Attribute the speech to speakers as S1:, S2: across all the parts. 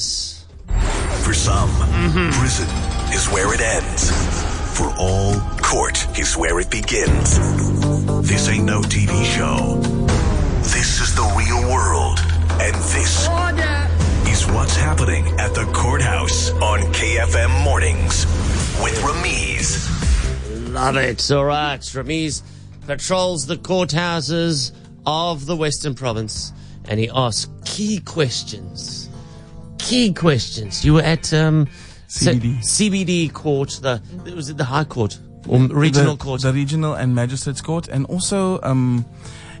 S1: Yes.
S2: For some, prison is where it ends. For all, court is where it begins. This ain't no TV show. This is the real world. And this is what's happening at the courthouse on KFM Mornings with Ramiz.
S1: Love it. All right. Ramiz patrols the courthouses of the Western Province and he asks key questions. Key questions. You were at um, se-
S3: CBD.
S1: CBD court, the, it was it the High Court or regional
S3: the,
S1: court?
S3: the regional and magistrates court, and also um,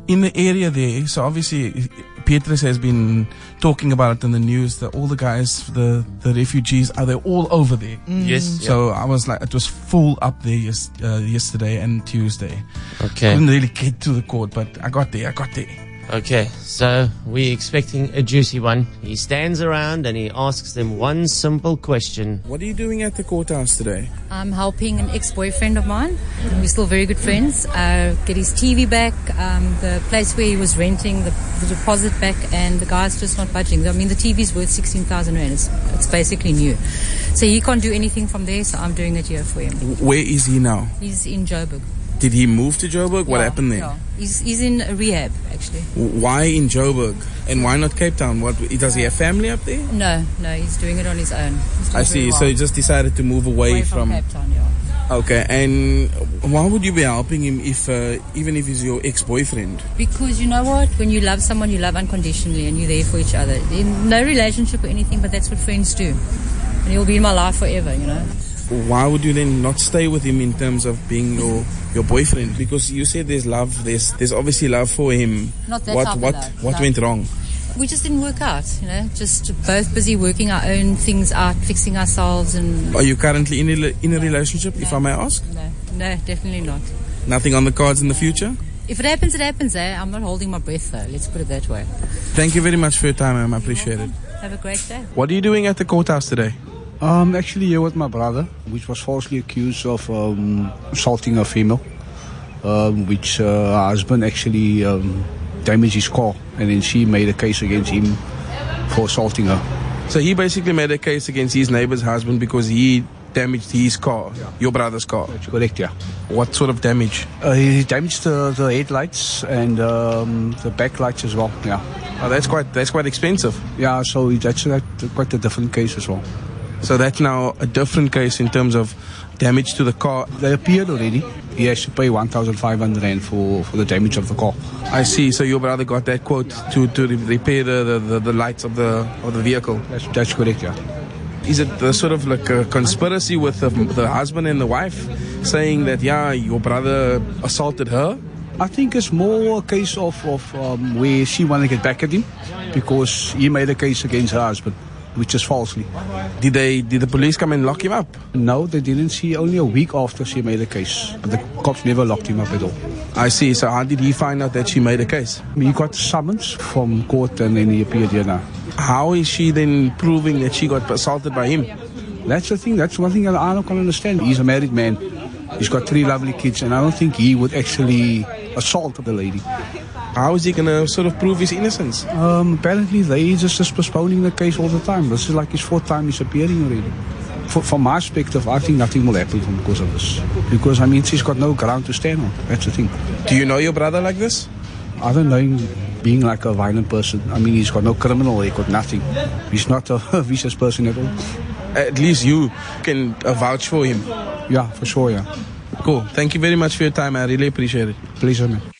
S3: in the area there. So obviously, Petrus has been talking about it in the news. That all the guys, the the refugees, are they all over there?
S1: yes.
S3: So I was like, it was full up there yes, uh, yesterday and Tuesday.
S1: Yeah. Okay.
S3: Couldn't really get to the court, but I got there. I got there.
S1: Okay. So we're expecting a juicy one. He stands around and he asks them one simple question.
S3: What are you doing at the courthouse today?
S4: I'm helping an ex-boyfriend of mine. We're still very good friends. Uh, get his TV back, um, the place where he was renting, the, the deposit back, and the guy's just not budging. I mean, the TV's worth 16,000 rand. It's, it's basically new. So he can't do anything from there, so I'm doing it here for him.
S3: Where is he now?
S4: He's in Joburg.
S3: Did he move to Joburg? What
S4: Yeah, yeah. He's, he's in rehab, actually.
S3: Why in Joburg? And why not Cape Town? What does he have family up there?
S4: No, no, he's doing it on his own. He's doing
S3: I
S4: very
S3: see.
S4: well.
S3: So you just decided to move away,
S4: Away from, Cape Town, yeah.
S3: Okay, and why would you be helping him if, uh, even if he's your ex-boyfriend?
S4: Because you know what? When you love someone, you love unconditionally and you're there for each other. In no relationship or anything, but that's what friends do. And he'll be in my life forever, you know?
S3: Why would you then not stay with him in terms of being your your boyfriend? Because you said there's love. There's there's obviously love for him.
S4: Not that
S3: what
S4: type of
S3: what
S4: love,
S3: what
S4: no.
S3: went wrong?
S4: We just didn't work out, you know? Just both busy working our own things out, fixing ourselves, and.
S3: Are you currently in a, rela- in a relationship? If I may ask,
S4: No, no, definitely not.
S3: nothing on the cards in the future.
S4: If it happens, it happens, eh? I'm not holding my breath, though. Let's put it that way.
S3: Thank you very much for your time, ma'am. I appreciate it.
S4: Have a great day.
S3: What are you doing at the courthouse today?
S5: I'm Um, actually here with my brother, which was falsely accused of um, assaulting a female, um, which uh, her husband actually um, damaged his car, and then she made a case against him for assaulting her.
S3: So he basically made a case against his neighbor's husband because he damaged his car, your brother's car.
S5: That's correct, yeah.
S3: What sort of damage?
S5: Uh, he damaged the, the headlights and um, the backlights as well, yeah.
S3: Oh, that's quite that's quite expensive.
S5: Yeah, so that's uh, quite a different case as well.
S3: So that's now a different case in terms of damage to the car.
S5: They appeared already. He has to pay 1,500 rand for, for the damage of the car.
S3: I see. So your brother got that quote to, to re- repair the, the, the, the lights of the of the vehicle.
S5: That's, that's correct, yeah.
S3: Is it the sort of like a conspiracy with the, the husband and the wife saying that yeah your brother assaulted her?
S5: I think it's more a case of, of um, where she wanted to get back at him because he made a case against her husband, which is falsely.
S3: Did they did the police come and lock him up?
S5: No, they didn't see only a week after she made the case. But the cops never locked him up at all.
S3: I see. So how did he find out that she made a case?
S5: He got summons from court and then he appeared here now.
S3: How is she then proving that she got assaulted by him?
S5: That's the thing, that's one thing that I don't can understand. He's a married man, he's got three lovely kids, and I don't think he would actually assault the lady.
S3: How is he gonna sort of prove his innocence?
S5: Um, apparently, they just just postponing the case all the time. This is like his fourth time he's appearing already. F from my perspective, I think nothing will happen from because of this. Because I mean, she's got no ground to stand on. That's the thing.
S3: Do you know your brother like this?
S5: Other than him being like a violent person, I mean, he's got no criminal record, nothing. He's not a vicious person at all.
S3: At least you can uh, vouch for him.
S5: Yeah, for sure. Yeah,
S3: Cool. Thank you very much for your time. I really appreciate it.
S5: please, man.